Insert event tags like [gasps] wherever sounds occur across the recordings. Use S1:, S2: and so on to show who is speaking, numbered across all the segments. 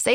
S1: Say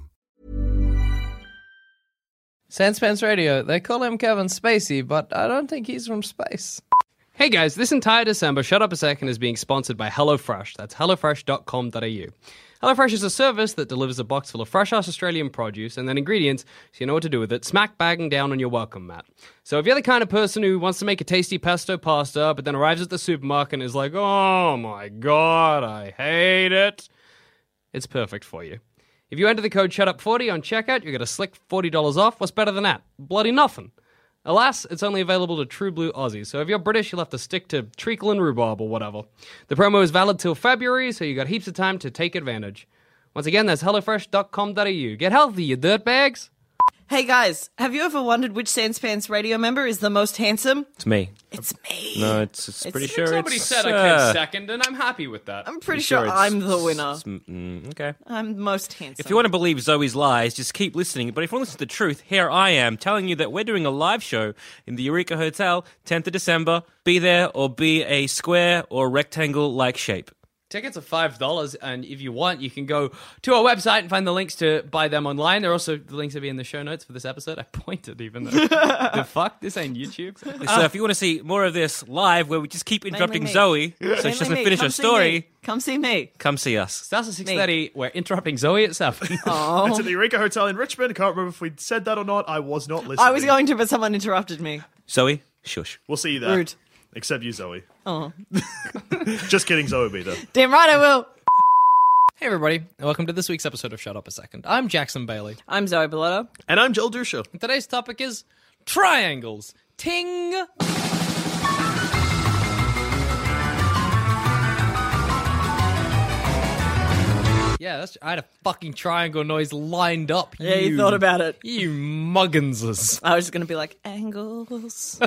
S2: Sandspans Radio, they call him Kevin Spacey, but I don't think he's from space.
S3: Hey guys, this entire December, Shut Up a Second is being sponsored by HelloFresh. That's hellofresh.com.au. HelloFresh is a service that delivers a box full of fresh ass Australian produce and then ingredients so you know what to do with it, smack bagging down on your welcome mat. So if you're the kind of person who wants to make a tasty pesto pasta but then arrives at the supermarket and is like, oh my god, I hate it, it's perfect for you. If you enter the code SHUTUP40 on checkout, you get a slick $40 off. What's better than that? Bloody nothing. Alas, it's only available to true blue Aussies, so if you're British, you'll have to stick to treacle and rhubarb or whatever. The promo is valid till February, so you got heaps of time to take advantage. Once again, that's hellofresh.com.au. Get healthy, you dirtbags!
S4: Hey guys, have you ever wondered which Sanspants radio member is the most handsome?
S5: It's me.
S4: It's me.
S5: No, it's, it's pretty sure
S3: Somebody
S5: it's.
S3: said I came
S5: uh,
S3: second, and I'm happy with that.
S4: I'm pretty
S5: pretty
S4: sure,
S5: it's-
S4: I'm the winner.
S5: it's- mm, okay.
S4: I'm the most handsome.
S5: If you want to believe Zoe's lies, just keep listening. But if you want to listen to the truth, here I am telling you that we're doing a live show in the Eureka Hotel, 10th of December. Be there or be a square or rectangle like shape.
S3: Tickets are five dollars, and if you want, you can go to our website and find the links to buy them online. There are also the links will be in the show notes for this episode. I pointed, even
S4: [laughs]
S3: though the fuck this ain't YouTube.
S5: So if you want to see more of this live, where we just keep interrupting
S4: Ah. me.
S5: Zoe so
S4: Mainly
S5: she doesn't
S4: me.
S5: finish
S4: Come
S5: her
S4: see
S5: story,
S4: me. Come see me.
S5: come see us.
S3: Starts at six thirty. We're interrupting Zoe at seven.
S4: Oh,
S6: It's at the Eureka Hotel in Richmond. Can't remember if we said that or not. I was not listening.
S4: I was going to, but someone interrupted me.
S5: Zoe, shush.
S6: We'll see you there.
S4: Rude.
S6: Except you, Zoe. Oh. [laughs] Just kidding, Zoe be there.
S4: Damn right I will.
S3: [laughs] Hey everybody, and welcome to this week's episode of Shut Up a Second. I'm Jackson Bailey.
S4: I'm Zoe Belotto.
S6: And I'm Joel Dusha.
S3: And today's topic is triangles. Ting. Yeah, that's. I had a fucking triangle noise lined up.
S4: Yeah, you thought about it.
S3: You mugginses.
S4: I was just going to be like, angles.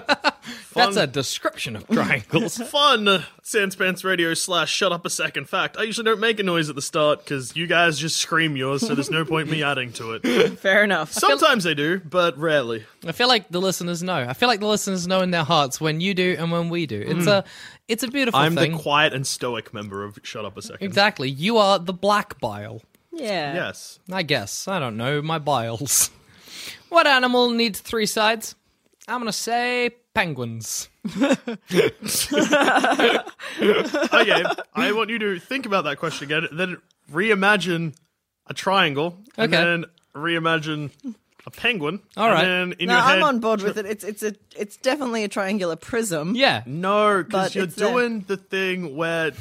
S3: That's a description of triangles.
S6: Fun Sanspants Radio slash Shut Up a Second Fact. I usually don't make a noise at the start because you guys just scream yours, so there's no point me adding to it.
S4: Fair enough.
S6: Sometimes they do, but rarely.
S3: [laughs] I feel like the listeners know. I feel like the listeners know in their hearts when you do and when we do. It's a, it's a beautiful
S6: I'm
S3: thing.
S6: the quiet and stoic member of Shut Up a Second.
S3: exactly. You are the black bile.
S4: Yeah.
S6: Yes.
S3: I guess. I don't know. My biles. [laughs] what animal needs three sides? I'm going to say penguins. [laughs]
S6: Okay, I want you to think about that question again, then reimagine a triangle, and
S3: Okay.
S6: then reimagine a penguin.
S3: All right.
S6: And then in
S4: No,
S6: your head,
S4: I'm on board with it. It's it's a it's definitely a triangular prism.
S3: Yeah.
S6: No, because
S4: But
S6: you're
S4: it's there.
S6: doing the thing where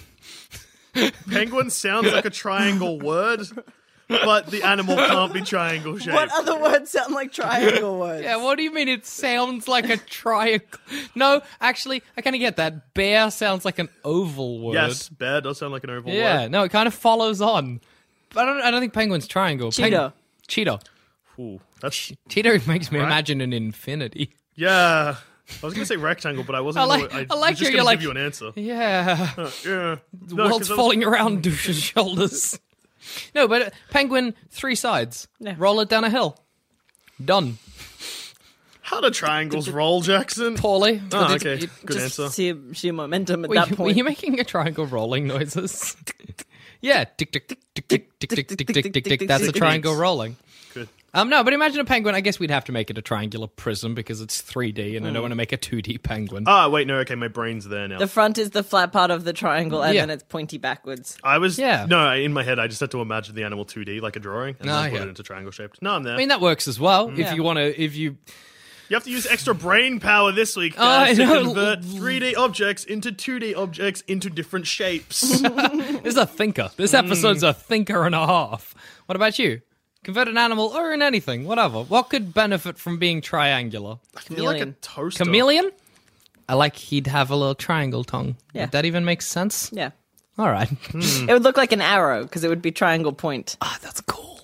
S6: penguin sounds like a triangle word, but the animal can't be triangle shaped.
S4: What other words sound like triangle words?
S3: Yeah, what do you mean it sounds like a [laughs] triangle? No, actually, I kind of get that. Bear sounds like an oval word.
S6: Yes, bear does sound like an oval
S3: Yeah,
S6: word.
S3: no, it kind of follows on. But I don't, I don't think penguin's triangle. Peng-
S4: Cheetah.
S3: cheetah.
S6: Ooh, that's
S3: Cheetah [laughs] makes me imagine an infinity.
S6: yeah. I was gonna say rectangle, but I wasn't.
S3: I like-
S6: gonna-
S3: I like
S6: was just
S3: your-
S6: gonna
S3: you're
S6: give you
S3: like-
S6: an answer.
S3: [laughs] Yeah.
S6: [laughs]
S3: The
S6: Yeah, No, 'cause
S3: world's
S6: I was-
S3: falling around douche's [laughs] shoulders. No, but uh, penguin, three sides.
S4: Yeah.
S3: Roll it down a hill. Done.
S6: How do triangles roll, Jackson?
S3: Poorly.
S6: Oh, okay. Good
S4: Just
S6: answer.
S4: sheer, sheer momentum at
S3: Were
S4: that
S3: you, were
S4: point.
S3: you making a triangle rolling noises? [laughs] yeah, tick tick tick tick tick tick tick tick tick tick tick. That's a triangle rolling.
S6: Good.
S3: Um, no, but imagine a penguin. I guess we'd have to make it a triangular prism because it's 3D,
S6: Hmm.
S3: and I don't want to make a 2D penguin.
S6: Ah, wait, no, okay, my brain's there now.
S4: the front is the flat part of the triangle, and
S3: Yeah.
S4: then it's pointy backwards.
S6: I was
S3: Yeah.
S6: no I- in my head. I just had to imagine the animal 2D like a drawing and
S3: Ah,
S6: then put
S3: yeah.
S6: it into triangle shaped. No, I'm there.
S3: I mean, that works as well.
S4: Yeah.
S3: If you want to, if you
S6: you have to use extra brain power this week
S3: Oh, I
S6: guys, to
S3: know.
S6: convert 3D objects into 2D objects into
S3: [laughs]
S6: different shapes.
S3: This is a thinker. This
S6: Mm.
S3: episode's a thinker and a half. What about you? Convert an animal or in anything, whatever. What could benefit from bebeing triangular?
S6: I feel like a
S4: Chameleon.
S6: toaster.
S3: Chameleon? I like he'd have a little triangle tongue.
S4: Yeah.
S3: Would that even make sense?
S4: Yeah.
S3: All right. [laughs]
S6: Mm.
S4: It would look like an arrow because it would be triangle point.
S3: Ah, that's cool.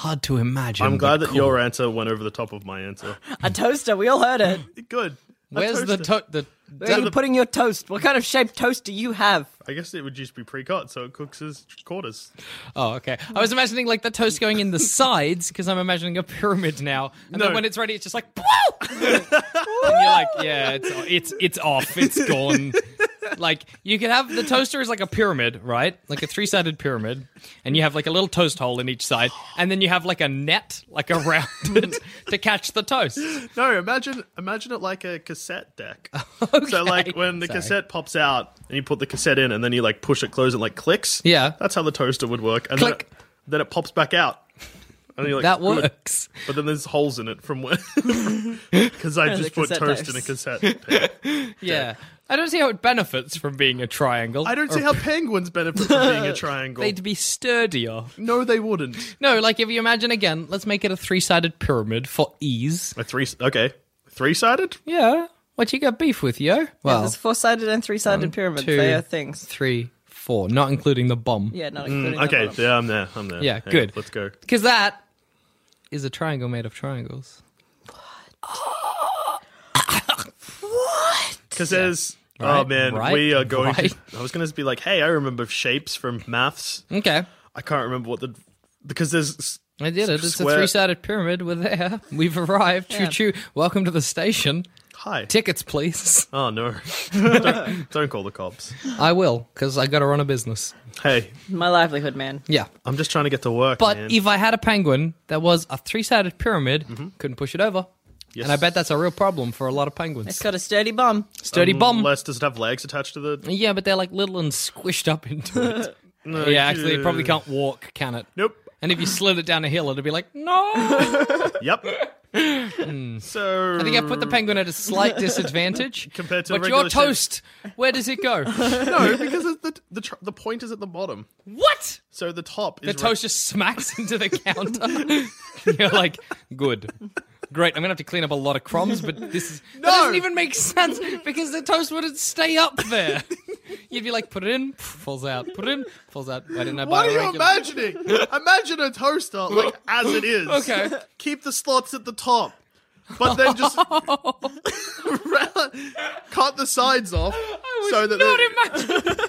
S3: Hard to imagine.
S6: I'm
S3: but
S6: glad that
S3: cool.
S6: your answer went over the top of
S3: [laughs]
S6: my answer.
S4: A toaster, we all heard
S6: [laughs]
S4: it.
S6: Good. A
S3: Where's the
S6: toaster.
S3: to- the
S4: Where are you putting your toast? What kind of shaped toast do you have?
S6: I guess it would just be pre-cut, so it cooks as quarters.
S3: Oh, okay. I was imagining like the toast going
S6: [laughs]
S3: in the sides because I'm imagining a pyramid now. And then
S6: No.
S3: when it's ready, it's just like,
S6: [laughs]
S3: Whoa! and you're like, yeah, it's it's it's off, it's
S6: [laughs]
S3: gone. like you could have the toaster is like a pyramid, right? Like a three sided pyramid, and you have like a little toast hole in each side, and then you have like a net like around
S6: [laughs]
S3: it to catch the toast.
S6: No, imagine imagine it like a
S3: [laughs]
S6: cassette deck. So like when the
S3: Sorry.
S6: cassette pops out and you put the cassette in and then you like push it close it like clicks.
S3: Yeah.
S6: That's how the toaster would work. And
S3: Click.
S6: Then, it, then it pops back out. And you're like,
S3: That
S6: "Good."
S3: works.
S6: But then there's holes in it from where [laughs]
S3: [laughs]
S6: because I just put
S4: cassette
S6: toast in a
S4: tapes.
S6: cassette. tape.
S3: Yeah. I don't see how it benefits from being a triangle.
S6: I don't
S3: or
S6: see how penguins benefit from being
S3: [laughs]
S6: a triangle.
S3: they'd be sturdier.
S6: no, they wouldn't.
S3: No, like if you imagine again, let's make it a three-sided pyramid for ease.
S6: A three okay. Three sided?
S3: Yeah. What you got beef with, yo?
S6: Oh.
S3: Well,
S4: There's four sided and three sided pyramids.
S3: two,
S4: They are things.
S3: three, four, not including the bomb.
S4: Yeah, not including the
S6: Mm, Okay,
S4: bottom.
S6: yeah, I'm there. I'm there.
S3: Yeah,
S6: Hang on,
S3: good.
S6: let's go.
S3: Because that is a triangle made of triangles.
S6: Because there's. oh
S3: Right,
S6: man,
S3: right,
S6: we are going.
S3: right.
S6: To, I was going to be like, hey, I remember shapes from maths.
S3: Okay.
S6: I can't remember what the because there's
S3: I did it. It's
S6: Square-
S3: a three-sided pyramid. We're there. [laughs] We've arrived.
S4: Yeah.
S3: Choo choo. Welcome to the station.
S6: hi.
S3: Tickets, please.
S6: oh no, [laughs] don't, don't call the cops.
S3: I will, because I got to run a business.
S6: Hey,
S4: My livelihood, man.
S3: Yeah.
S6: I'm just trying to get to work.
S3: But
S6: man.
S3: if I had a penguin that was a three-sided pyramid, couldn't push it over. And I bet that's a real problem for a lot of
S4: It's
S3: penguins.
S4: got a sturdy bum.
S3: Sturdy bomb.
S6: unless does it Mm, have legs attached to the?
S3: Yeah, but they're like little and squished up into it.
S6: [laughs] No,
S3: yeah, actually, it probably
S6: uh,
S3: can't walk, can it?
S6: Nope.
S3: And if you slid it down a hill, it'd be like,
S6: [laughs]
S3: no. I [laughs]
S6: Yep. so
S3: think Hmm. I put the penguin at a slight disadvantage
S6: Compared to a
S3: But your
S6: regular shape.
S3: toast, where does it
S6: [laughs]
S3: go? [laughs]
S6: no because it's the the tr- the point is at the bottom,
S3: what?
S6: so the top
S3: The
S6: is
S3: toast just smacks into the counter. [laughs] You're like, good. Great, I'm gonna have to clean up a lot of crumbs, but this is that doesn't even make sense because the toast wouldn't stay up
S6: [laughs]
S3: there. You'd be like, put it in, falls out, put it in, falls out. Why didn't I buy
S6: What
S3: a
S6: are you
S3: regular-
S6: imagining?
S3: [laughs]
S6: Imagine a toaster like as it is.
S3: Okay.
S6: Keep the slots at the top, but
S3: [laughs]
S6: then just ra- [laughs] cut the sides off
S3: was
S6: so that
S3: not
S6: they-
S3: imagining-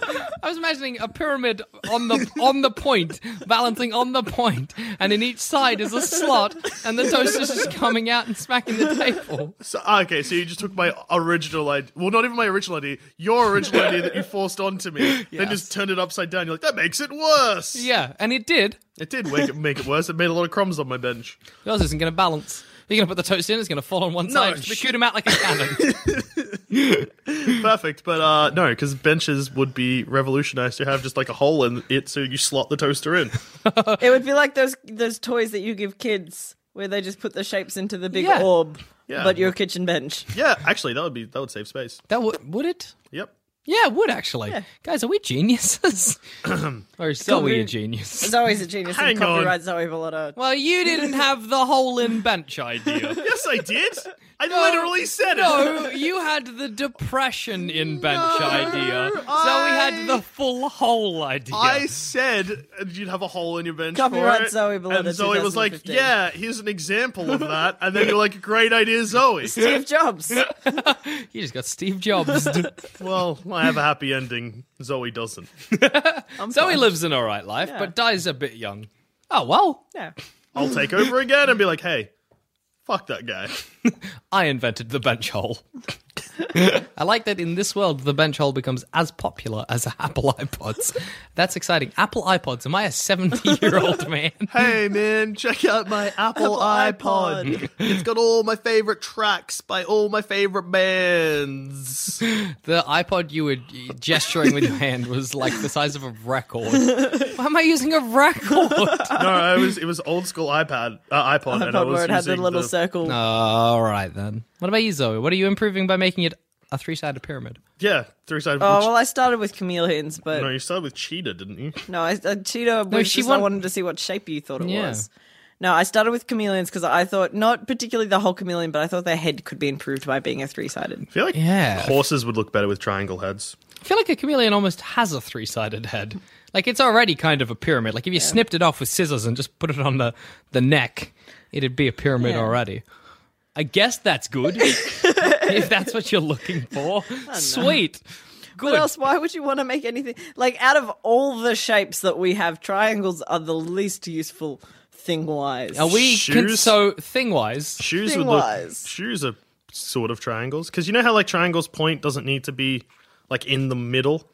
S3: I was imagining a pyramid on the on the point, balancing on the point, and in each side is a slot, and the toast is just coming out and smacking the table.
S6: So, ah, okay, so you just took my original idea. Well, not even my original idea. Your original idea that you forced onto me. Then just turned it upside down. You're like, that makes it worse.
S3: Yeah, and it did.
S6: It did make it, make it worse. It made a lot of crumbs on my bench.
S3: Yours isn't going to balance. You're going to put the toast in, it's going to fall on one side, and
S6: sh-
S3: shoot him out like a [laughs] cannon.
S6: Perfect, but uh, no, because benches would be revolutionized to have just like a hole in it so you slot the toaster in.
S4: It would be like those those toys that you give kids where they just put the shapes into the big
S3: Yeah.
S4: orb,
S6: Yeah.
S4: but your kitchen bench.
S6: Yeah, actually, that would be that would save space.
S3: that would would it?
S6: Yep.
S3: Yeah, it would actually. Guys, are we [clears throat] geniuses? or so we a genius?
S4: Zoe's a genius
S6: Hang
S4: and copyright
S6: on.
S4: Zoe
S6: [laughs]
S4: Volotta.
S3: Well, you didn't have the hole in bench idea.
S6: Yes, I did. I literally said it.
S3: No, you had the depression in bench idea. So we had the full hole idea.
S6: [laughs] I said you'd have a hole in your bench.
S4: Copyright
S6: for it,
S4: Zoe Bellotta,
S6: And Zoe was like,
S4: 2015.
S6: "Yeah, here's an example of that." And then you're like, "Great idea, [laughs] Zoe."
S4: Steve Jobs.
S3: You just got Steve
S6: [laughs]
S3: Jobs.
S6: well, I have a happy ending. Zoe doesn't.
S3: Zoe lives an alright life, but dies a bit young. Oh well.
S4: yeah.
S6: I'll take over again and be like, "Hey, Fuck that guy.
S3: I invented the bench hole. [laughs] I like that in this world, the bench hole becomes as popular as Apple iPods. That's exciting. Apple iPods. Am I a 70 year
S6: [laughs]
S3: old man?
S6: Hey man, check out [laughs] my Apple, iPod. it's got all my favorite tracks by all my favorite bands.
S3: The iPod you were gesturing with your hand was like the size of a record. Why am I using a record?
S6: No, I was it was old school iPad uh, iPod, and I
S4: iPod
S6: was
S4: where it had the
S6: using
S4: little
S6: the-
S4: circle.
S3: All right, then. What about you, Zoe? What are you improving by making it a three sided pyramid?
S6: yeah three sided.
S4: Oh well, I started with chameleons, but
S6: no, you started with cheetah, didn't you?
S4: No, I, uh, cheetah.
S3: No,
S4: was
S3: she
S4: just- I
S3: want-
S4: wanted to see what shape you thought it
S3: Yeah.
S4: was. No, I started with chameleons because I thought not particularly the whole chameleon, but I thought their head could be improved by being a three-sided.
S6: I feel like
S3: Yeah.
S6: horses would look better with triangle heads.
S3: I feel like a chameleon almost has a three sided head. Like it's already kind of a pyramid. Like if you snipped it off with scissors and just put it on the, the neck, it'd be a pyramid
S4: Yeah.
S3: already. I guess that's
S4: [laughs]
S3: good. if that's what you're looking for. Sweet. Good.
S4: What else? Why would you want to make anything like out of all the shapes that we have? Triangles are the least useful thing-wise.
S3: Are we can,
S6: Shoes?
S3: so thing wise?
S6: Shoes would look.
S4: Thing-wise.
S6: Shoes are sort of triangles because you know how like triangles point doesn't need to be like in the middle,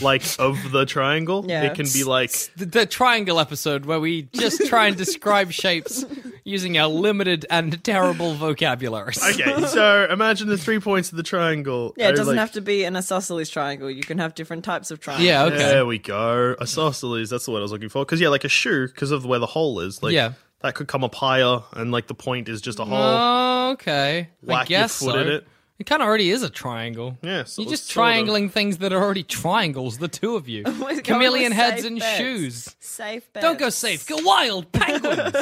S6: like of the triangle.
S4: [laughs] Yeah.
S6: It can be like
S3: The, the triangle episode where we
S4: [laughs]
S3: just try and describe shapes using our limited and terrible vocabularies.
S6: okay. So imagine the three points of the triangle.
S4: Yeah,
S6: are,
S4: it doesn't
S6: like-
S4: have to be an isosceles triangle. You can have different types of triangles.
S3: Yeah, okay.
S6: There we go. Isosceles. That's the word I was looking for. Because yeah, like a shoe, because of where the hole is. Like
S3: Yeah.
S6: that could come up higher, and like the point is just a hole.
S3: Oh, Okay. I
S6: Whack your
S3: guess
S6: foot
S3: so.
S6: in it.
S3: kind of already is a triangle.
S6: Yeah, so
S3: You're
S6: it's
S3: just
S6: sort of-
S3: triangling things that are already triangles, the two
S4: [laughs]
S3: of you.
S4: We're going
S3: Chameleon
S4: with
S3: heads
S4: safe
S3: and
S4: bets.
S3: shoes.
S4: Safe bet.
S3: Don't go safe. Go wild.
S4: [laughs]
S3: Penguins.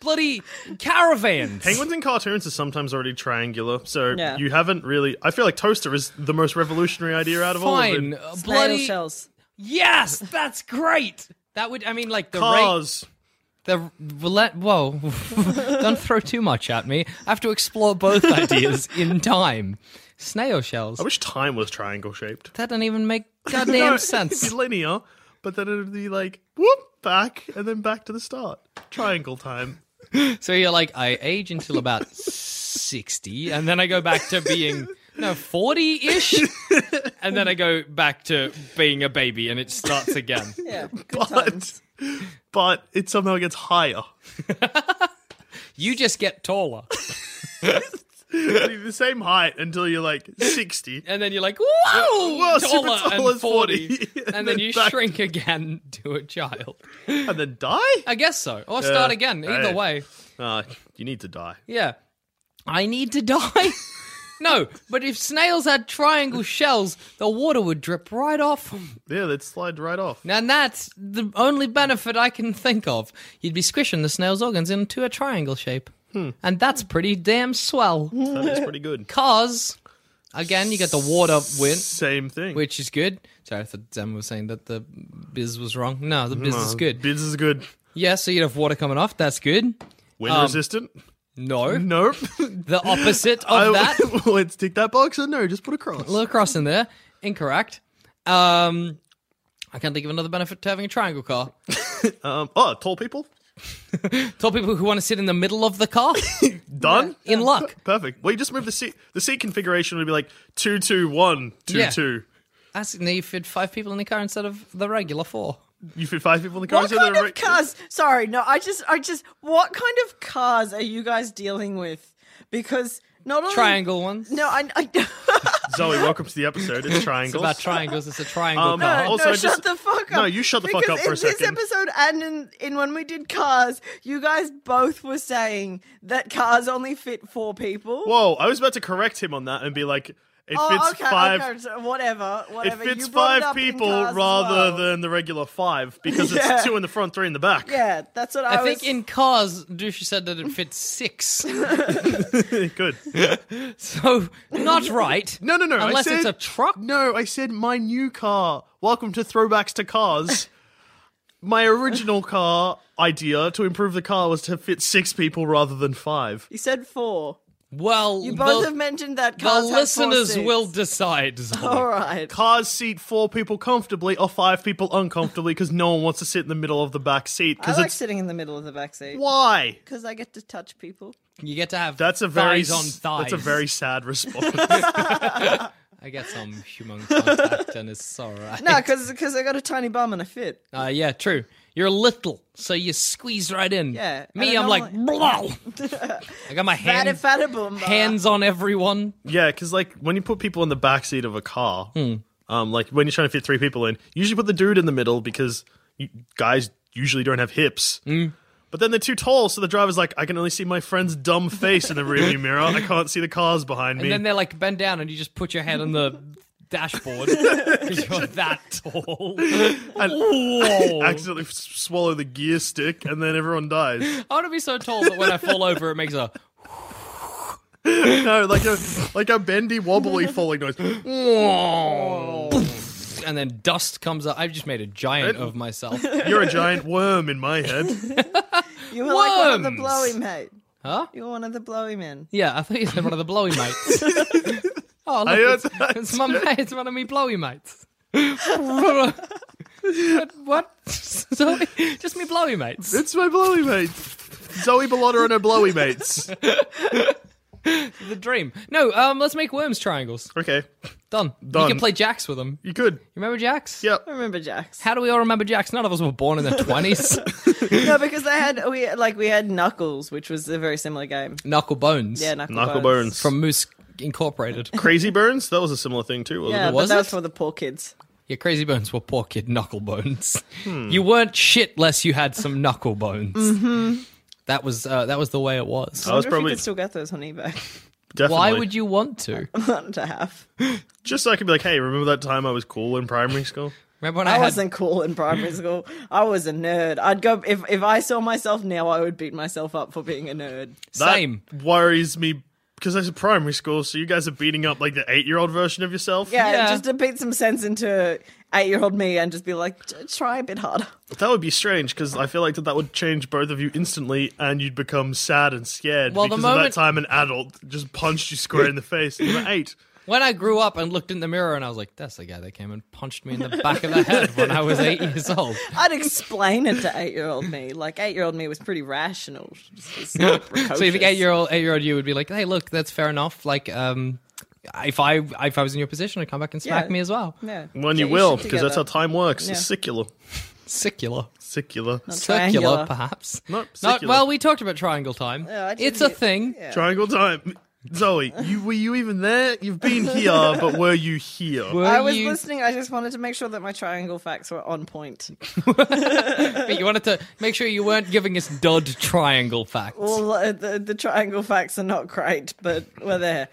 S3: Bloody caravans.
S6: Penguins in cartoons are sometimes already triangular, so
S4: Yeah.
S6: you haven't really. I feel like toaster is the most revolutionary idea out of all of
S3: Fine.
S6: them.
S3: Uh,
S4: Snail
S3: Bloody.
S4: shells.
S3: Yes, that's great. That would, I mean, like the rate.
S6: Cars.
S3: The roulette. Whoa. [laughs] Don't throw too much at me. I have to explore both [laughs] ideas in time. Snail shells.
S6: I wish time was triangle shaped.
S3: That doesn't even make goddamn
S6: [laughs] No,
S3: sense.
S6: It'd be linear, but then it'd be like whoop back and then back to the start. Triangle time.
S3: So you're like, I age until about 60, and then I go back to being, no, 40 ish. And then I go back to being a baby, and it starts again.
S4: Yeah, good
S6: But
S4: times.
S6: [laughs] but it somehow gets higher.
S3: You just get taller.
S6: It'll be the same height until you're like
S4: [laughs]
S6: sixty.
S3: And then you're like, whoa,
S6: Whoa, super
S3: taller,
S6: tall
S3: and
S6: as
S3: 40.
S6: 40.
S3: And,
S6: And
S3: then
S6: [laughs] then
S3: you
S6: back-
S3: shrink again to a child.
S6: and then die?
S3: I guess so. Or start again. Either
S6: hey.
S3: way.
S6: Uh, you need to die.
S3: Yeah. I need to die. [laughs] no, but if snails had triangle shells, the water would drip right off 'em.
S6: Yeah, they'd slide right off.
S3: And that's the only benefit I can think of. You'd be squishing the snail's organs into a triangle shape. And that's pretty damn swell.
S6: That is pretty good.
S3: Cause, again, you get the water win,
S6: Same thing.
S3: which is good. Sorry, I thought Zem was saying that the biz was wrong. No, the biz is good.
S6: Bids is good.
S3: Yeah, so you'd have water coming off. That's good.
S6: Wind resistant?
S3: No,
S6: Nope.
S3: the opposite [laughs] of
S6: I-
S3: that.
S6: [laughs] Let's tick that box or no, just put a cross.
S3: little cross in there. Incorrect. Um, I can't think of another benefit to having a triangle car.
S6: Um, oh, tall people?
S3: Tell people who want to sit in the middle of the [laughs] car
S6: Done?
S3: in luck.
S6: Perfect. Well, you just move the seat. The seat configuration would be like two, two, one, two,
S3: Yeah.
S6: two.
S3: That's now you fit five people in the car instead of the regular four.
S6: You fit five people in the car.
S4: What
S6: so they're
S4: kind of
S6: right-
S4: cars? Sorry, no, I just, I just, what kind of cars are you guys dealing with? Because not
S6: Oh.
S4: only
S3: Triangle ones.
S4: No, I, I [laughs]
S6: Zoe, welcome to the episode. It's
S3: It's
S6: triangles.
S3: about triangles. It's a triangle
S6: Um,
S3: car.
S4: no,
S6: also,
S4: no,
S6: I
S4: shut
S6: just-
S4: the fuck up.
S6: No, you shut the fuck
S4: Because
S6: up for a
S4: In
S6: second.
S4: this episode and in, in when we did cars, you guys both were saying that cars only fit four people.
S6: Whoa, I was about to correct him on that and be like, it
S4: Oh,
S6: fits
S4: okay,
S6: five.
S4: okay, so whatever,
S6: It
S4: whatever.
S6: fits
S4: You brought it
S6: five
S4: up in
S6: people
S4: cars as
S6: rather
S4: well.
S6: than the regular five because [laughs]
S4: Yeah.
S6: it's two in the front, three in the back.
S4: Yeah, that's what I,
S3: I think
S4: was-
S3: in cars, Dushi said that it fits
S6: [laughs]
S3: six.
S6: [laughs] Good.
S3: so not right.
S6: [laughs] No, no, no. I
S3: Unless it's a
S6: said-
S3: truck.
S6: No, I said my new car. Welcome to Throwbacks to [laughs] Cars. my original car idea to improve the car was to fit six people rather than five.
S4: you said four.
S3: Well,
S4: You both
S3: the,
S4: have mentioned that
S3: the
S4: cars have four
S3: listeners
S4: seats.
S3: will
S6: Oh.
S3: decide.
S4: All right.
S6: Cars seat four people comfortably or five people uncomfortably because no one wants to sit in the middle of the back seat.
S4: I
S6: Because
S4: like
S6: it's
S4: sitting in the middle of the back seat
S6: why.
S4: because I get to
S3: [laughs]
S4: touch people.
S3: You get to have
S6: That's a very
S3: thighs on
S6: s-
S3: thighs.
S6: that's a very sad response.
S3: I get some human contact, and it's all right.
S4: No, because I got a tiny bum and a fit.
S3: Uh, yeah, true. You're little, so you squeeze right in.
S4: Yeah,
S3: Me,
S4: and I
S3: I'm like,
S4: normally-
S3: blow.
S6: [laughs]
S3: I got my
S4: Fatta
S3: hand,
S4: fatta boom. bah.
S3: hands on everyone.
S6: Yeah, because like when you put people in the back seat of a car,
S3: Hmm.
S6: um, like when you're trying to fit three people in, you usually put the dude in the middle because you, guys usually don't have hips.
S3: Hmm.
S6: But then they're too tall, so the driver's like, I can only see my friend's dumb face in
S3: [laughs]
S6: the rearview mirror. I can't see the cars behind me.
S3: And then they're like, bend down, and you just put your head on the
S6: [laughs]
S3: dashboard because you're that tall. Whoa.
S6: [laughs] accidentally s- swallow the gear stick, and then everyone dies.
S3: I want to be so tall that when I fall over, it makes a.
S6: no, like a like a
S3: [laughs]
S6: bendy wobbly falling noise. It
S3: And then dust comes up. I've just made a giant of myself.
S6: You're a giant worm in my head.
S4: You were like one of the
S3: Worms.
S4: blowy mate.
S3: Huh?
S4: You were one of the blowy men.
S3: Yeah, I thought you said one of the blowy
S6: [laughs]
S3: mates. oh, look,
S6: I heard
S3: [laughs] it's,
S6: that
S3: it's my mate. It's one of me blowy mates. what? [laughs] what? Sorry, just me blowy mates.
S6: It's my blowy mates. Zoe Bellotta and her
S3: [laughs]
S6: blowy mates.
S3: The dream. No, um, let's make worms triangles.
S6: Okay,
S3: Done. You
S6: Done.
S3: can play jacks with them. You
S6: you could.
S3: remember jacks?
S6: Yep.
S4: I remember
S3: [laughs]
S4: Jax.
S3: How do we all remember jacks? None of us were born in the
S6: [laughs]
S3: twenties.
S4: no, because they had we like we had Knuckles, which was a very similar game.
S3: Knuckle bones.
S4: Yeah, Knuckle,
S6: Knuckle
S4: Bones.
S6: Bones.
S3: From Moose
S4: [laughs]
S3: Incorporated.
S6: Crazy Burns? That was a similar thing too, wasn't
S4: Yeah,
S6: it?
S4: but
S3: Was
S4: that
S3: it?
S4: was for the poor kids.
S3: Your crazy bones were poor kid knuckle bones. You weren't shit less you had some knuckle bones. Mm-hmm. That was uh, that was the way it was.
S6: I was
S4: I wonder if
S6: probably
S4: you could still get those on eBay. [laughs]
S6: definitely.
S3: Why would you want to?
S4: Not to have.
S6: Just so I could be like, hey, remember that time I was cool in primary school?
S3: Remember when I,
S4: I,
S3: had?
S4: wasn't cool in primary school. I was a nerd. I'd go if if I saw myself now, I would beat myself up for being a nerd.
S6: That
S3: Same.
S6: worries me because I was in primary school, so you guys are beating up like the eight-year-old version of yourself.
S4: Yeah,
S3: Yeah.
S4: just to beat some sense into eight year old me and just be like, "J- try a bit harder.
S6: that would be strange because I feel like that, that would change both of you instantly, and you'd become sad and scared
S3: Well, the
S6: because at
S3: moment-
S6: that time an adult just punched you square in the face. You were eight.
S3: When I grew up and looked in the mirror and I was like, that's the guy that came and punched me in the back of the head when I was eight years old.
S4: I'd explain it to eight year old me. Like eight year old me was pretty rational.
S3: [laughs]
S4: Just was super
S3: So you think
S4: precocious.
S3: eight year old eight year old you would be like, hey, look, that's fair enough. Like, um, if I if I was in your position, I'd come back and smack
S4: Yeah.
S3: me as well.
S4: Yeah.
S6: When
S4: Get your
S6: you will,
S4: shit
S6: because that's how
S4: together.
S6: time works.
S4: Yeah.
S6: Sicular,
S3: Secular,
S6: sicular,
S3: circular,
S4: Triangular.
S3: perhaps.
S6: Not
S3: Not,
S6: secular.
S3: well, we talked about triangle time.
S4: Yeah, I
S3: it's a
S4: didn't-
S3: thing.
S6: triangle time. Zoe, you were you even there? You've been here, but were you here?
S3: Were
S4: I was
S3: you-
S4: listening. I just wanted to make sure that my triangle facts were on point.
S3: But you wanted to make sure you weren't giving us dud triangle facts. [laughs]
S4: Well, uh, the, the triangle facts are not great, but
S3: [laughs]
S4: we're there.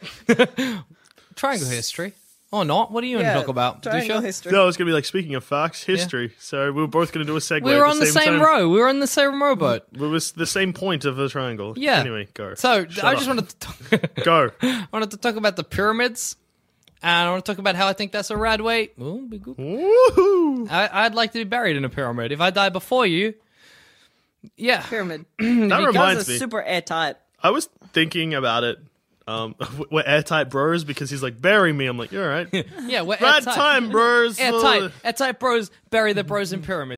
S3: triangle history. Or not. What are you going
S4: Yeah,
S3: to talk about?
S4: triangle
S3: Dusha?
S4: history.
S6: No, I was gonna be like speaking of facts, history. So we were both gonna do a segue.
S3: We were
S6: at
S3: on the same,
S6: time.
S3: row. We were on the same rowboat.
S6: It was the same point of the triangle.
S3: Yeah.
S6: Anyway, go.
S3: So
S6: Shut
S3: I
S6: up.
S3: just wanted to talk, [laughs]
S6: go.
S3: I wanted to talk about the pyramids, and I want to talk about how I think that's a rad way. Ooh, be good.
S6: Woohoo!
S3: I, I'd like to be buried in a pyramid. If I die before you, yeah,
S4: Pyramid.
S6: [clears throat] That reminds
S4: Guys are
S6: me.
S4: super airtight.
S6: I was thinking about it. Um, [laughs] we're airtight bros because he's like bury me. I'm like, you're all
S3: [laughs]
S6: right.
S3: yeah, we're
S6: Bad
S3: airtight.
S6: time, bros.
S3: Airtight, airtight bros bury the bros in pyramids.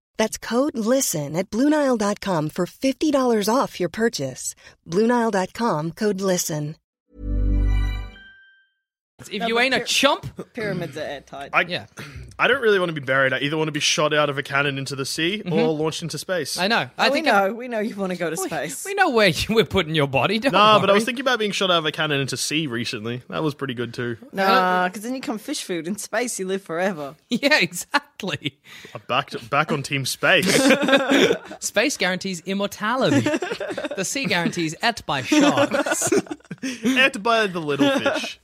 S7: That's code LISTEN at Bluenile.com for $50 off your purchase. Bluenile.com code LISTEN.
S3: If you ain't a chump,
S4: [laughs] Pyramids are airtight.
S6: I,
S3: yeah,
S6: I don't really want to be buried. I either want to be shot out of a cannon into the sea or launched into space.
S3: Mm-hmm. I know. I
S4: we
S3: think
S4: know. we know you want to go to
S3: I-
S4: space.
S3: [laughs] We know where you, we're putting your body. Don't
S6: Nah, but I was
S3: worry.
S6: thinking about being shot out of a cannon into sea recently. That was pretty good too.
S4: Nah, because then you come fish food in space. You live forever.
S3: [laughs] Yeah, exactly.
S6: I'm back back on Team
S4: [laughs]
S6: Space.
S3: Space guarantees immortality. the sea guarantees et by
S4: [laughs]
S3: sharks.
S6: and by the little fish.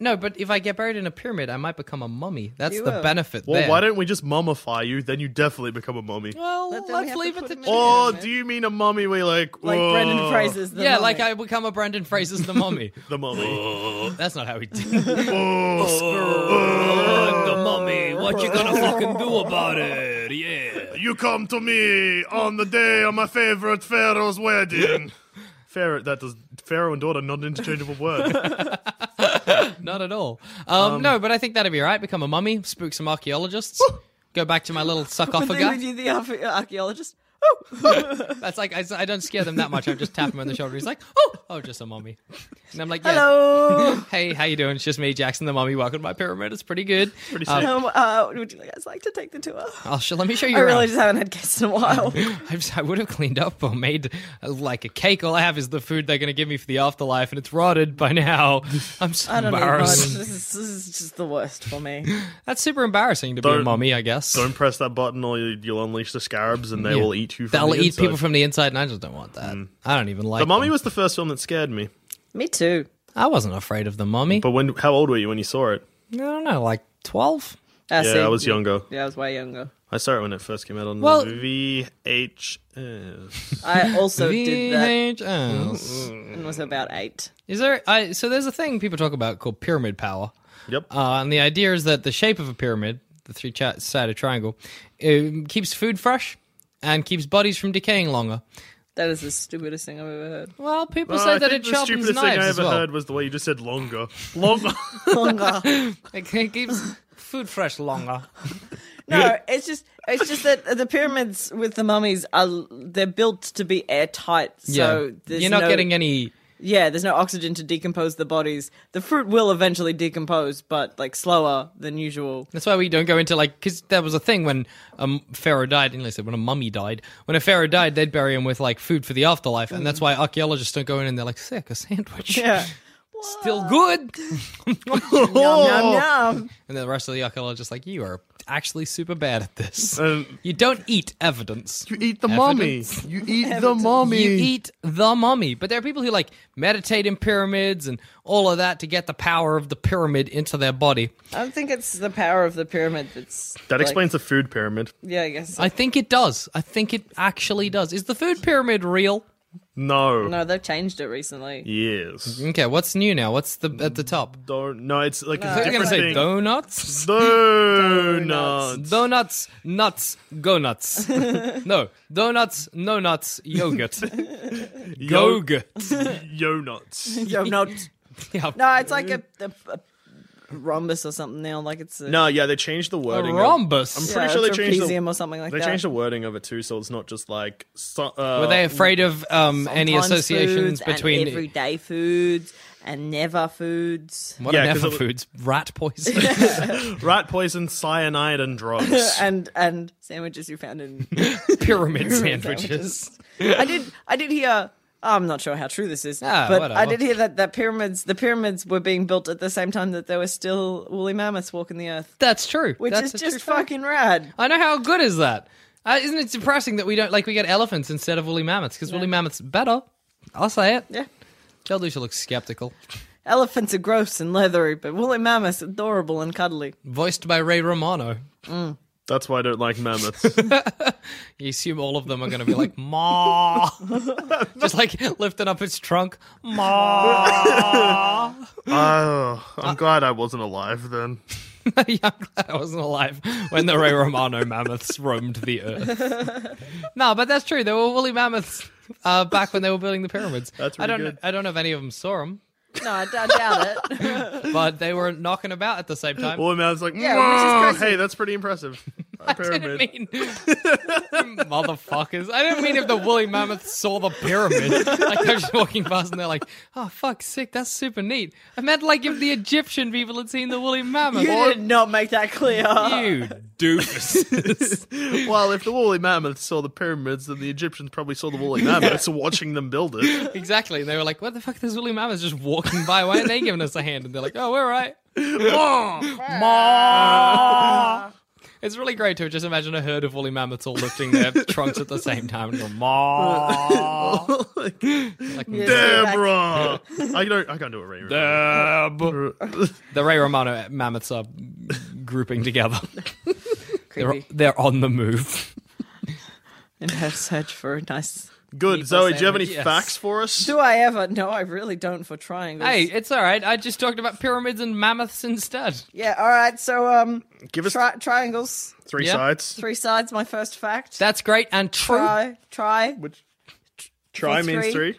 S3: no, but if I get buried in a pyramid, I might become a mummy. That's
S4: You
S3: the
S4: will.
S3: benefit
S6: Well,
S3: there.
S6: why don't we just mummify you? Then you definitely become a mummy.
S3: well,
S4: But then we
S3: let's
S4: have to
S3: leave it
S4: put
S3: to
S4: him in
S3: chance.
S4: a
S6: Or
S4: man.
S6: do you mean a mummy where you're like
S4: Like Brendan
S6: "Whoa,
S4: Fraser's the
S3: Yeah,
S4: mummy.
S3: like I become a Brendan Fraser's the mummy.
S6: [laughs] the mummy?
S3: That's not how he [laughs] did. it.
S6: Oh,
S3: the mummy. What you
S4: [laughs]
S3: gonna fucking do about it?
S6: you come to me on the day of my favorite pharaoh's
S4: [laughs]
S6: wedding. Pharaoh, that does pharaoh and daughter not an interchangeable
S4: [laughs]
S6: word.
S3: Not at all. Um, no, but I think that'd be all right. Become a mummy, spook some archaeologists, go back to my
S4: [laughs]
S3: little
S4: But then would
S3: sarcophagus.
S4: you the arche-
S6: [laughs]
S4: archaeologist? Oh,
S3: That's like I, I don't scare them that much. I just tap him on the shoulder. He's like, oh, oh, just a mummy. And I'm like, yeah.
S4: hello. [laughs]
S3: Hey, how you doing? It's just me, Jackson the mummy. Welcome to my pyramid. It's pretty good. Pretty
S6: sick.
S4: Um, uh, would you guys like to take the tour?
S3: I'll sh- let me show you.
S4: I really
S3: around.
S4: just haven't had guests in a
S6: [laughs]
S4: while.
S3: I, just, I would have cleaned up or made uh, like a cake. All I have is the food they're going to give me for the afterlife, and it's rotted by
S4: [laughs]
S3: now. I'm so
S4: I don't know. This
S3: embarrassed.
S4: is, this is just the worst for me.
S3: That's super embarrassing to be a
S6: Don't-
S3: mummy, I guess.
S6: Don't press that button, or you- you'll unleash the scarabs, and they
S3: Yeah.
S6: will eat you. From
S3: They'll
S6: the
S3: eat
S6: inside. Mm.
S3: people from the inside, and I just don't want that. I don't even like
S6: The mummy
S3: them.
S6: was the first film that scared me.
S4: Me too.
S3: I wasn't afraid of the mummy.
S6: But when? How old were you when you saw it?
S3: I don't know, like twelve.
S4: I
S6: Yeah,
S4: see.
S6: I was younger.
S4: Yeah, I was way younger.
S6: I saw it when it first came out on
S3: Well-
S6: VHS.
S4: I
S6: [laughs]
S4: also did that Mm-hmm.
S3: VHS.
S4: and was about eight.
S3: Is there? I, so there's a thing people talk about called pyramid power. [laughs]
S6: Yep.
S3: Uh, and the idea is that the shape of a pyramid, the three cha- sided triangle, um keeps food fresh and keeps bodies from decaying longer.
S4: That is the stupidest thing I've ever heard. [laughs]
S3: Well, people
S6: Well,
S3: say
S6: I
S3: that it
S6: think the
S3: sharpens
S6: stupidest
S3: knives
S6: thing I
S3: as
S6: ever
S3: well.
S6: heard was the way you just said longer.
S3: [laughs]
S6: Longer.
S3: It, it keeps
S4: [laughs]
S3: food fresh longer.
S4: No, it's just it's just that the pyramids with the mummies are they're built to be airtight. So
S3: yeah.
S4: there's
S3: you're not
S4: no,
S3: getting any.
S4: yeah. There's no oxygen to decompose the bodies. The fruit will eventually decompose, but like slower than usual. [laughs]
S3: That's why we don't go into like because there was a thing when a m- pharaoh died, and they said when a mummy died, when a pharaoh died, they'd bury him with like food for the afterlife, and that's why archaeologists don't go in and they're like, sick, a sandwich,
S4: Yeah.
S3: [laughs] still good, [laughs]
S6: Oh.
S4: Yum, yum, yum.
S3: and then the rest of the archaeologists like, you are actually super bad at this.
S6: Um,
S3: you don't eat evidence.
S6: you eat the mummy. You eat the mummy.
S3: You eat the mummy. But there are people who like meditate in pyramids and all of that to get the power of the pyramid into their body.
S4: I don't think it's the power of the pyramid that's
S6: that
S4: like-
S6: explains the food pyramid.
S4: Yeah, I guess.
S3: I think it does. I think it actually does. Is the food pyramid real?
S6: No.
S4: no, they've changed it recently.
S6: Yes.
S3: Okay, what's new now? What's the at the top?
S6: Don't. No, it's like
S3: I
S6: a
S3: was gonna
S6: different
S3: say
S6: thing.
S3: donuts. [laughs]
S6: [laughs] Donuts.
S3: Donuts, nuts, go
S4: [laughs]
S3: nuts. no, donuts, no nuts, yogurt,
S6: Yo,
S4: [laughs]
S3: yogurt. [laughs]
S6: yo nuts.
S4: Yo, no,
S3: Yeah,
S4: no, it's like a, a, a rhombus or something now. Like it's a,
S6: No, yeah, they changed the
S3: a
S6: wording. of-
S3: rhombus.
S6: I'm
S4: yeah,
S6: pretty sure they changed the-
S4: trapezium or something like
S6: They
S4: that.
S6: changed the wording of it too, so it's not just like. So, uh,
S3: Were they afraid of um, any
S4: Sometimes
S3: associations
S4: foods and
S3: between
S4: everyday foods and never foods
S3: what
S6: Yeah,
S3: are
S6: 'cause
S3: never
S4: [laughs]
S6: it-
S3: foods? Rat poison. [laughs]
S6: rat poison, cyanide,
S4: [laughs]
S6: and drugs?
S4: and and sandwiches you found in
S3: pyramid
S4: sandwiches.
S3: sandwiches.
S4: I did I did hear oh, I'm not sure how true this is,
S3: Ah,
S4: but
S3: whatever.
S4: I did hear that the pyramids, the pyramids were being built at the same time that there were still woolly mammoths walking the earth,
S3: That's true.
S4: which
S3: That's
S4: is
S3: a true
S4: just
S3: fact.
S4: fucking rad.
S3: I know how good is that. Uh, isn't it depressing that we don't like we get elephants instead of woolly mammoths because woolly mammoths better? I'll say it.
S4: Yeah,
S3: Jeldusha looks skeptical.
S4: elephants are gross and leathery, but woolly mammoths adorable and cuddly.
S3: Voiced by Ray Romano.
S6: That's why I don't like mammoths.
S3: You assume all of them are going to be like ma, just like lifting up its trunk ma.
S6: oh,
S4: Uh,
S6: I'm glad I wasn't alive then.
S3: [laughs] Yeah, I'm glad I wasn't alive when the Ray Romano mammoths roamed the earth.
S6: [laughs]
S3: no, but that's true. There were woolly mammoths uh, back when they were building the pyramids.
S6: [laughs] That's
S3: I
S6: really
S3: don't.
S6: good.
S3: I don't know if any of them saw them,
S4: No, I, I doubt
S3: [laughs]
S4: it.
S3: but they were knocking about at the same time.
S6: Woolly mammoths like,
S4: which
S6: "Whoa,
S4: is crazy."
S6: hey, that's pretty impressive. A
S3: [laughs]
S6: pyramid.
S3: I didn't mean [laughs] motherfuckers. I didn't mean if the woolly mammoth saw the pyramid. Like they're just walking past and they're like, "Oh fuck, sick! That's super neat." I meant like if the Egyptian people had seen the woolly mammoth.
S4: You
S3: Or-
S4: did not make that
S3: [laughs]
S4: clear.
S3: you
S6: [laughs]
S3: doofus.
S6: well, if the woolly mammoths saw the pyramids, then the Egyptians probably saw the woolly mammoths watching them build
S3: [laughs]
S6: it.
S3: exactly. And they were like, "What the fuck? There's woolly mammoths just walking by. Why aren't they giving us a hand?" And they're like, "Oh, we're all right." Ma. It's really great to just imagine a herd of woolly mammoths all lifting their trunks at the same time and go, "Ma." Like,
S6: Deborah, I don't, I can't do a Ray.
S3: [laughs] The Ray Romano mammoths are grouping together. they're,
S4: Creepy.
S3: they're on the move.
S4: In her search for a nice.
S6: Good, Zoe. Do you have any
S3: sandwich, yes.
S6: facts for us?
S4: Do I ever? No, I really don't for triangles.
S3: hey, it's all right. I just talked about pyramids and mammoths instead.
S4: Yeah, all right. So, um,
S6: Give us
S4: tri- triangles,
S6: three
S3: yeah.
S6: sides.
S4: three sides. My first fact.
S3: That's great and true. Try,
S4: try, try.
S6: Which try
S4: For
S6: means
S4: three.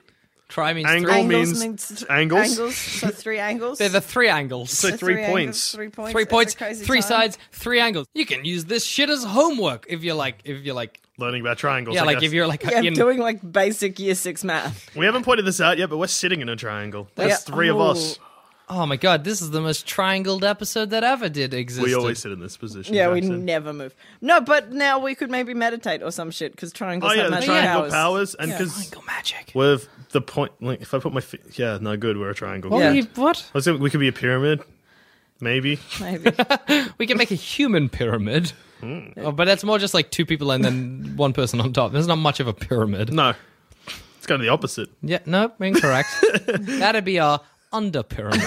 S6: three.
S3: means
S6: Angle
S3: three.
S6: means,
S4: th-
S6: angles.
S4: Angles. So three angles.
S3: They're the three angles.
S6: So
S4: So
S6: three
S4: angles,
S6: points.
S4: three points.
S3: three
S4: It's a
S3: points,
S4: crazy
S3: three
S4: time.
S3: sides, three angles. You can use this shit as homework if you're like, if you're like,
S6: Learning about triangles.
S3: yeah,
S6: I
S3: like
S6: guess.
S3: if you're like,
S4: Yeah, I'm
S3: in-
S4: doing like basic year six math.
S6: we haven't pointed this out yet, but we're sitting in a triangle. There's
S4: Yeah.
S6: three of us.
S3: oh my god, this is the most triangled episode that ever did exist.
S6: We always sit in this position.
S4: Yeah, we
S6: Jackson.
S4: never move. No, but now we could maybe meditate or some shit because triangles
S6: Oh yeah,
S4: have
S6: the
S4: magic
S6: triangle
S4: powers.
S6: powers, and because
S3: triangle magic.
S6: with the point, like if I put my feet, yeah, no good. We're a triangle.
S3: What?
S4: Yeah.
S3: were you- what?
S6: I was thinking we could be a pyramid, maybe.
S4: [laughs] Maybe.
S3: We can make
S4: [laughs]
S3: a human pyramid.
S6: Hmm.
S3: Oh, but that's more just like two people and then [laughs] one person on top. There's not much of a pyramid.
S6: No, it's kind of
S3: [laughs]
S6: the opposite.
S3: Yeah, no,
S6: [laughs]
S3: incorrect. That'd be our under pyramid.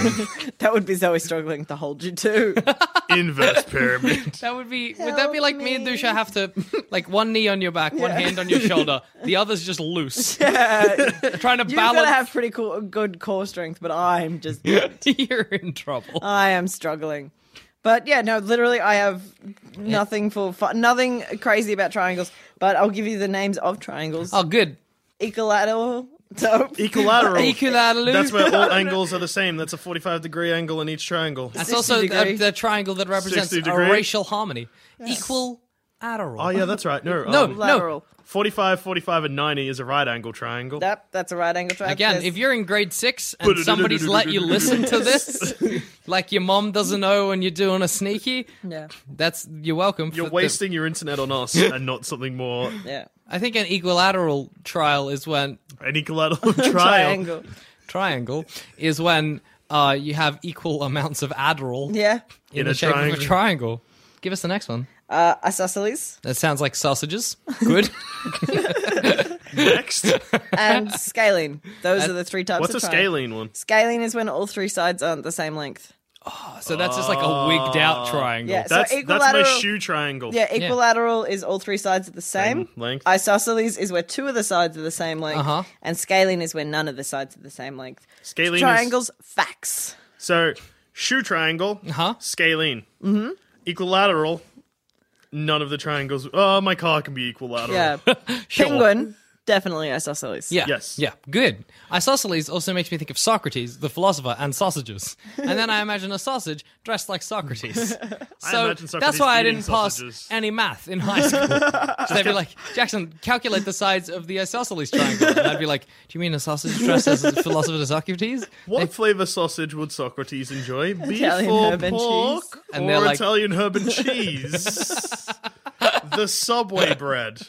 S4: that would be Zoe struggling to hold you too.
S6: [laughs] Inverse pyramid.
S3: that would be. would that be like me, and Dusha have to [laughs] like one knee on your back, one hand on your
S4: [laughs]
S3: shoulder, the other's just loose, [laughs] trying to
S4: You've got
S3: balance.
S4: to have pretty cool, good core strength, but I'm just,
S6: [laughs]
S3: [laughs] You're in trouble.
S4: I am struggling. But yeah, no, literally, I have
S3: Eh.
S4: nothing for fun, nothing crazy about triangles. But I'll give you the names of triangles:
S3: oh, good.
S4: equilateral, [laughs] dope,
S6: Equilateral.
S3: [laughs] Equilateral.
S6: That's where all angles are the same. That's a 45 degree angle in each triangle.
S3: That's
S4: 60
S3: also the,
S4: degree.
S3: the triangle that represents
S6: 60
S3: our
S6: degree.
S3: racial harmony. Equal lateral.
S6: Oh yeah, that's right. No,
S3: [laughs] No,
S6: um,
S4: lateral.
S6: 45, 45, and 90 is a right angle triangle.
S4: That that's a right angle triangle.
S3: Again,
S4: There's-
S3: if you're in grade six and somebody's let
S6: [laughs]
S3: you listen to this, like your mom doesn't know and you're doing a sneaky,
S4: yeah,
S3: that's you're welcome.
S6: You're
S3: for the-
S6: wasting your internet on
S3: [laughs]
S6: us and not something more.
S4: yeah,
S3: I think an equilateral trial is when
S6: An
S4: [laughs]
S6: equilateral triangle.
S4: triangle,
S3: triangle is when uh, you have equal amounts of Adderall
S4: yeah,
S3: in,
S6: In
S3: the
S6: a
S3: shape of a
S6: triangle.
S3: triangle. Give us the next one.
S4: uh, isosceles
S3: That sounds like sausages. Good. [laughs]
S6: Next.
S4: and scalene. Those are the three types.
S6: What's a
S4: of triangle.
S6: scalene one?
S4: Scalene is when all three sides aren't the same length.
S3: so that's just like a wigged
S6: Oh.
S3: out triangle.
S4: Yeah,
S6: That's,
S4: so
S6: that's my
S4: equilateral.
S6: shoe triangle.
S4: Yeah, equilateral is all three sides are the same.
S6: length.
S4: Isosceles is where two of the sides are the same length,
S3: Uh-huh.
S4: and scalene is where none of the sides are the same length.
S6: Scalene is-
S4: Triangles, facts.
S6: So, shoe triangle,
S3: Huh?
S6: scalene. Mm-hmm. Equilateral, none of the triangles. Oh, my car can be equilateral.
S4: [laughs] Yeah, penguin, definitely isosceles.
S3: Yeah.
S6: Yes.
S3: Yeah. Good. Isosceles also makes me think of Socrates, the philosopher, and sausages. And then I imagine a sausage dressed like Socrates. So
S6: imagine Socrates
S3: that's why I
S6: eating
S3: didn't
S6: sausages.
S3: pass any math in high school. so they'd be like, Jackson, calculate the sides of the isosceles triangle. And I'd be like, Do you mean a sausage dressed as a philosopher to Socrates?
S6: What flavor sausage would Socrates enjoy? Beef
S4: Italian
S6: or
S4: herb and
S6: pork
S4: cheese.
S3: And
S6: or
S3: they're like-
S6: Italian herb and cheese?
S3: [laughs] [laughs]
S6: the Subway bread,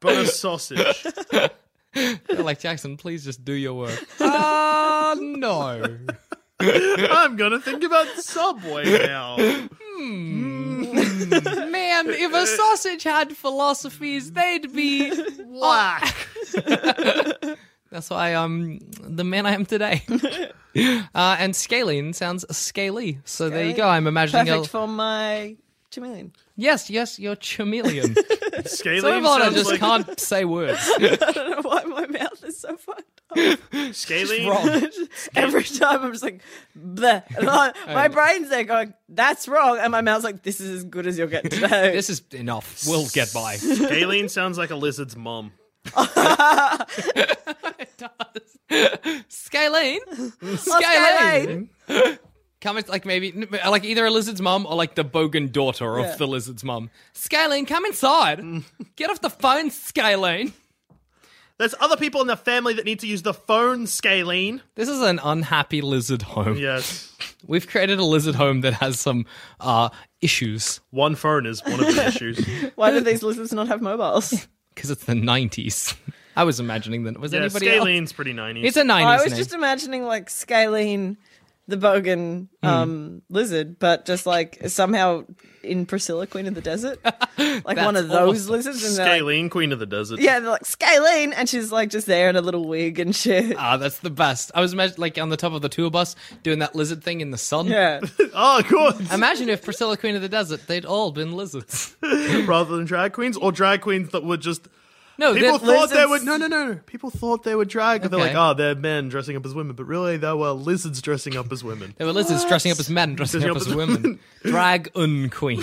S6: but a sausage.
S3: They're like, Jackson, please just do your work. Ah, no.
S6: I'm gonna think about Subway now.
S3: Man, if a sausage had philosophies, they'd be whack. [laughs] That's why I'm the man I am today. Uh, and scalene sounds scaly. So there you go. I'm imagining.
S4: Perfect
S3: A,
S4: for my chameleon.
S3: yes, yes, you're chameleon.
S6: Scaling
S3: Some of mine I
S6: sounds
S3: just
S6: like
S3: can't say words.
S4: I don't know [laughs] why my mouth is so fucked up.
S3: [laughs]
S6: scaling.
S4: Every time I'm just like, bleh. And [laughs] I- my brain's there going, that's wrong. And my mouth's like, this is as good as you'll get today.
S3: This is enough. We'll get by.
S6: Scaling sounds like a lizard's mum.
S3: Scalene.
S4: Oh, Scalene.
S3: Come, like maybe like either a lizard's mum or like the bogan daughter of
S4: Yeah.
S3: the lizard's mum. Scalene, come inside. Get off the phone, Scalene.
S6: There's other people in the family that need to use the phone, Scalene.
S3: This is an unhappy lizard home.
S6: Yes.
S3: We've created a lizard home that has some uh, issues
S6: One phone is one of
S3: [laughs]
S6: the issues.
S4: Why do these lizards not have mobiles?
S3: because it's the 90s. [laughs] I was imagining that. Was
S6: Yeah,
S3: anybody else?
S6: Scalene's pretty 90s.
S3: It's a 90s
S4: Oh, I was
S3: name.
S4: just imagining like Scalene, the Bogan um, lizard, but just like somehow in Priscilla, Queen of the Desert, like one of those
S3: awesome.
S4: lizards. And they're like,
S6: Scalene, Queen of the Desert.
S4: yeah, they're like Scalene, and she's like just there in a little wig and shit.
S3: Ah, that's the best. I was imag- like on the top of the tour bus doing that lizard thing in the sun.
S4: yeah,
S6: Oh,
S3: [laughs]
S6: good.
S3: Imagine if Priscilla, Queen of the Desert, they'd all been
S6: [laughs]
S3: lizards.
S6: Rather than drag queens or drag queens that were just.
S3: No,
S6: People
S3: they're-
S6: thought they were.
S4: lizards.
S6: No, no, no. no. People thought they were drag. They're
S3: Okay.
S6: like, oh, they're men dressing up as women. But really, they were lizards dressing up as
S3: [laughs]
S6: women.
S3: There were lizards dressing up as men, dressing,
S6: Dressing
S3: up, as women.
S6: [laughs]
S3: Drag un queen.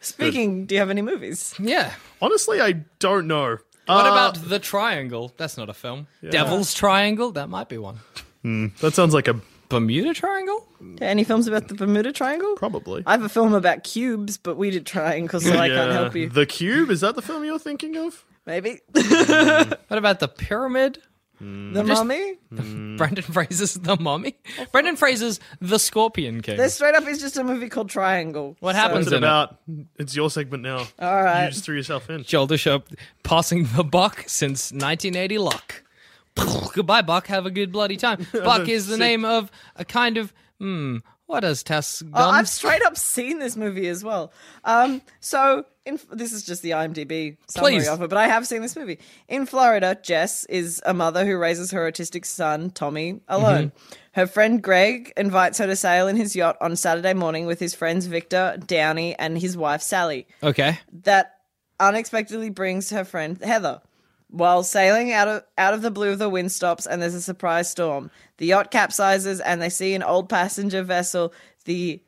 S4: Speaking, do you have any movies?
S3: yeah.
S6: Honestly, I don't know. Uh,
S3: What about The Triangle? That's not a film. Devil's Triangle? That might be one.
S6: That sounds like a.
S3: Bermuda Triangle?
S4: Any films about the Bermuda Triangle?
S6: Probably.
S4: I have a film about cubes, but we did triangles, so I can't
S6: Yeah.
S4: help you.
S6: The Cube? Is that the film you're thinking of?
S4: Maybe
S3: What about The Pyramid?
S4: the mummy. Hmm.
S3: Brendan Fraser's The Mummy? Brendan Fraser's The Scorpion King.
S4: This straight up is just a movie called Triangle.
S3: What
S4: So-
S3: happens
S6: What's
S3: in
S6: it
S3: about?
S6: about? It's your segment now.
S4: All right.
S6: You just threw yourself in.
S3: it? Shoulder Shop passing the buck since 1980 luck.
S4: [laughs]
S3: Goodbye, Buck. Have a good bloody time. Buck is the name of a kind of. Hmm. What has Tess done?
S4: Oh, I've straight up seen this movie as well. Um, so in, this is just the IMDb summary
S3: Please.
S4: of it, but I have seen this movie. In Florida, Jess is a mother who raises her autistic son Tommy alone. Her friend Greg invites her to sail in his yacht on Saturday morning with his friends Victor, Downey, and his wife Sally.
S3: okay.
S4: That unexpectedly brings her friend Heather. While sailing out of out of the blue, the wind stops and there's a surprise storm. The yacht capsizes and they see an old passenger vessel, the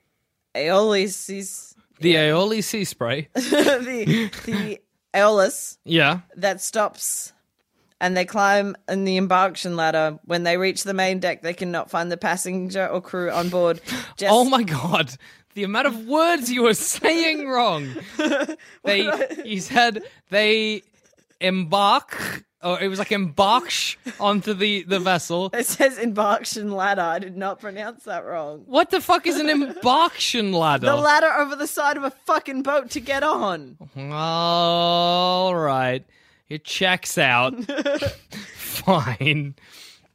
S4: Aeolus,
S3: The Aeoli Sea
S4: [laughs]
S3: Spray.
S4: the the Aeolus
S3: Yeah.
S4: that stops. And they climb in the embarkation ladder. When they reach the main deck, they cannot find the passenger or crew on board. Jess-
S3: [gasps] Oh my god. The amount of words you were saying
S4: [laughs]
S3: wrong. They you said they embark or it was like embarksh onto the, the vessel.
S4: [laughs] It says embarkation ladder. I did not pronounce that wrong.
S3: What the fuck is an embarkation ladder?
S4: The ladder over the side of a fucking boat to get on.
S3: All right. It checks
S4: [laughs]
S3: out. Fine.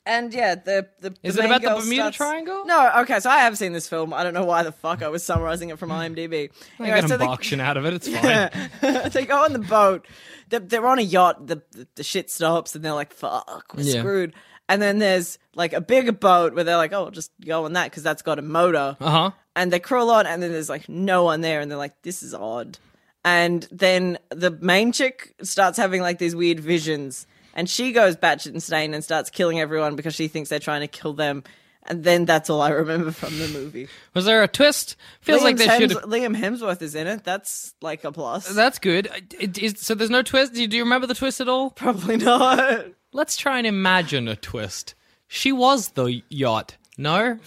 S4: And yeah, the the
S3: Is
S4: the
S3: it
S4: main
S3: about the
S4: girl
S3: Bermuda
S4: starts-
S3: Triangle?
S4: No, okay, so I have seen this film. I don't know why the fuck I was summarizing it
S3: [laughs]
S4: from IMDb.
S3: I
S4: Anyway,
S3: got
S4: so
S3: embarkation out of it. It's fine.
S4: they, [laughs] they go on the boat. They're, they're on a yacht. The, the the shit stops, and they're like, "Fuck, we're
S3: Yeah.
S4: screwed." And then there's like a bigger boat where they're like, "Oh, just go on that because that's got a motor."
S3: Uh-huh.
S4: and they crawl on and then there's like no one there and they're like this is odd and then the main chick starts having like these weird visions and she goes batshit insane and starts killing everyone because she thinks they're trying to kill them and then that's all I remember from the movie.
S3: Was there a twist? [laughs] Feels
S4: Liam,
S3: like they
S4: Hems-
S3: should
S4: Liam Hemsworth is in it. That's like a plus.
S3: That's good. It- it- so there's no twist. Do you- do you remember the twist at all?
S4: [laughs] Probably not.
S3: Let's try and imagine a twist. She was the yacht. No,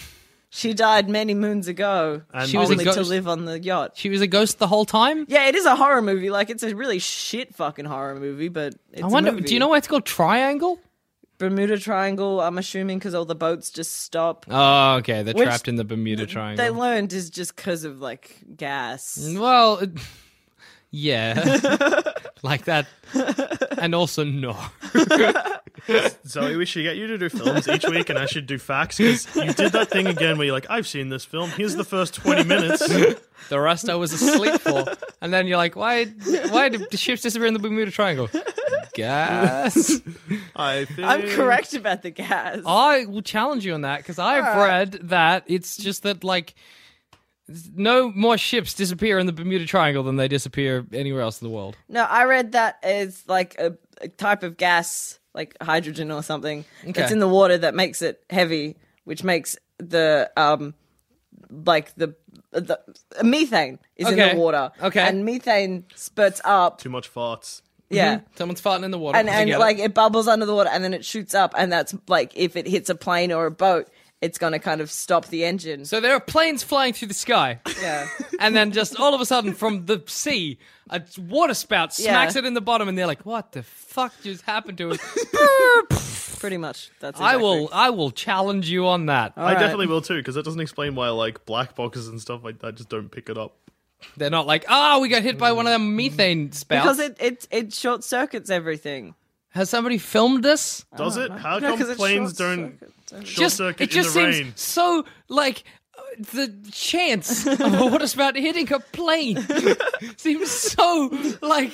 S4: She died many moons ago.
S3: She
S4: she
S3: was
S4: was
S3: a
S4: only to
S3: ghost.
S4: live on the yacht.
S3: she was a ghost the whole time.
S4: Yeah, it is a horror movie. Like it's a really shit fucking horror movie, but it's
S3: I wonder.
S4: A movie.
S3: Do you know why it's called Triangle?
S4: Bermuda Triangle, I'm assuming because all the boats just stop.
S3: Oh, okay. They're
S4: Which-
S3: trapped in the Bermuda
S4: They
S3: Triangle.
S4: learned is just because of like gas. [laughs]
S3: well, yeah. like that. and also no.
S6: Zoe, we should get you to do films each week, and I should do facts because you did that thing again where you're like, I've seen this film. Here's the first twenty minutes.
S3: The rest I was asleep for. And then you're like, why why did the ships disappear in the Bermuda Triangle? Gas.
S6: I think
S4: I'm correct about the gas.
S3: I will challenge you on that because I've read that it's just that like no more ships disappear in the Bermuda Triangle than they disappear anywhere else in the world.
S4: No, I read that as like a, a type of gas, like hydrogen or something. It's
S3: Okay.
S4: in the water that makes it heavy, which makes the um, like the the methane is
S3: Okay.
S4: in the water.
S3: Okay.
S4: and methane spurts up.
S6: Too much farts.
S4: Yeah.
S3: Someone's farting in the water.
S4: And,
S3: I
S4: and
S3: get it.
S4: like it bubbles under the water and then it shoots up and that's like if it hits a plane or a boat, it's gonna kind of stop the
S6: [laughs]
S4: engine.
S3: so there are planes flying through the sky.
S4: yeah.
S3: and then just all of a sudden from the sea a water spout smacks
S4: Yeah.
S3: it in the bottom and they're like what the fuck just happened to us
S4: [laughs] Pretty much. That's
S3: i
S4: exactly-
S3: will
S6: uh,
S3: i will challenge you on that
S4: Oh.
S6: I definitely will too because that doesn't explain why like black boxes and stuff like that just don't pick it up.
S3: they're not like ah we got hit by one of them methane spouts
S4: because it, it it short circuits everything.
S3: has somebody filmed this
S6: Does it?
S4: [laughs]
S6: How
S4: No, 'cause
S6: come
S4: it's
S6: planes
S4: short
S6: don't
S4: circuit.
S6: short circuit
S3: it just
S6: in the
S3: seems
S6: rain?
S3: so like uh, the chance of a water spout hitting a plane [laughs] seems so like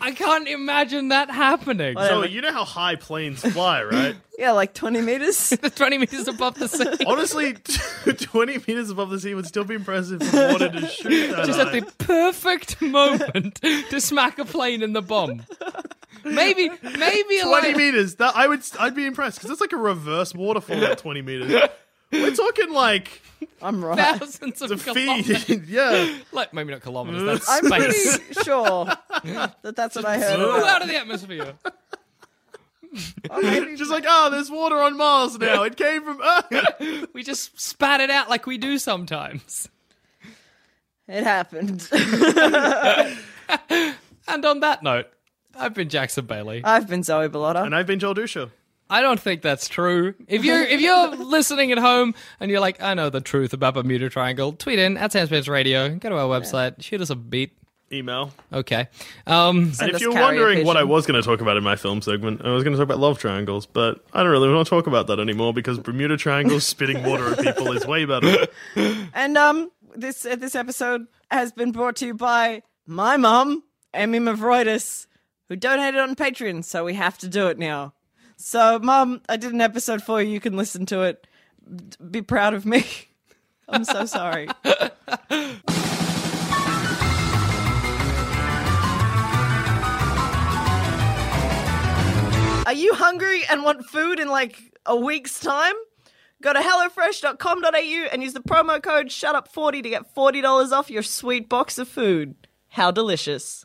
S3: i can't imagine that happening
S4: Oh,
S6: So you know how high planes
S4: [laughs]
S6: fly, right?
S4: Yeah, like twenty
S6: [laughs]
S4: meters.
S3: 20 meters above the sea
S6: Honestly, [laughs] twenty meters above the sea would still be impressive if you wanted to shoot that.
S3: just at
S6: high.
S3: the perfect moment to smack a plane in the bomb. Maybe, maybe a
S6: Twenty
S3: like,
S6: meters. That I would. I'd be impressed because that's like a reverse waterfall at twenty meters. We're talking like
S4: I'm right.
S3: thousands of
S6: the
S3: kilometers.
S6: feet. [laughs] yeah.
S3: Like maybe not kilometers. That's
S4: I'm
S3: space.
S4: pretty
S6: [laughs]
S4: sure that that's what I heard.
S3: Ooh,
S4: about.
S3: out of the atmosphere.
S6: Just like ah, there's water on Mars now. It came from Earth.
S3: We just spat it out like we do sometimes.
S4: It happened. [laughs]
S3: And on that note, I've been Jackson Bailey.
S4: I've been Zoe Bellotta.
S6: [laughs] and uh, I've been Joel Dusha.
S3: I don't think that's true. If you're if you're listening at home and you're like, I know the truth about Bermuda Triangle, tweet in at Sam Spence Radio. Go to our website, shoot us a beat.
S6: Email.
S3: Okay. Um,
S6: And
S4: us
S6: if you're
S4: carrier
S6: wondering what I
S4: pigeon.
S6: was going to talk about in my film segment, I was going to talk about love triangles, but I don't really want to talk about that anymore because Bermuda triangles spitting water at people is way better.
S4: And um, this uh, this episode has been brought to you by my mum, Emmy Mavroidis, who donated on Patreon, so we have to do it now. So, mum, I did an episode for you. You can listen to it. D- Be proud of me. [laughs] I'm so sorry. Are you hungry and want food in like a week's time? Go to hellofresh.com.au and use the promo code SHUTUP40 to get $40 off your sweet box of food. How delicious.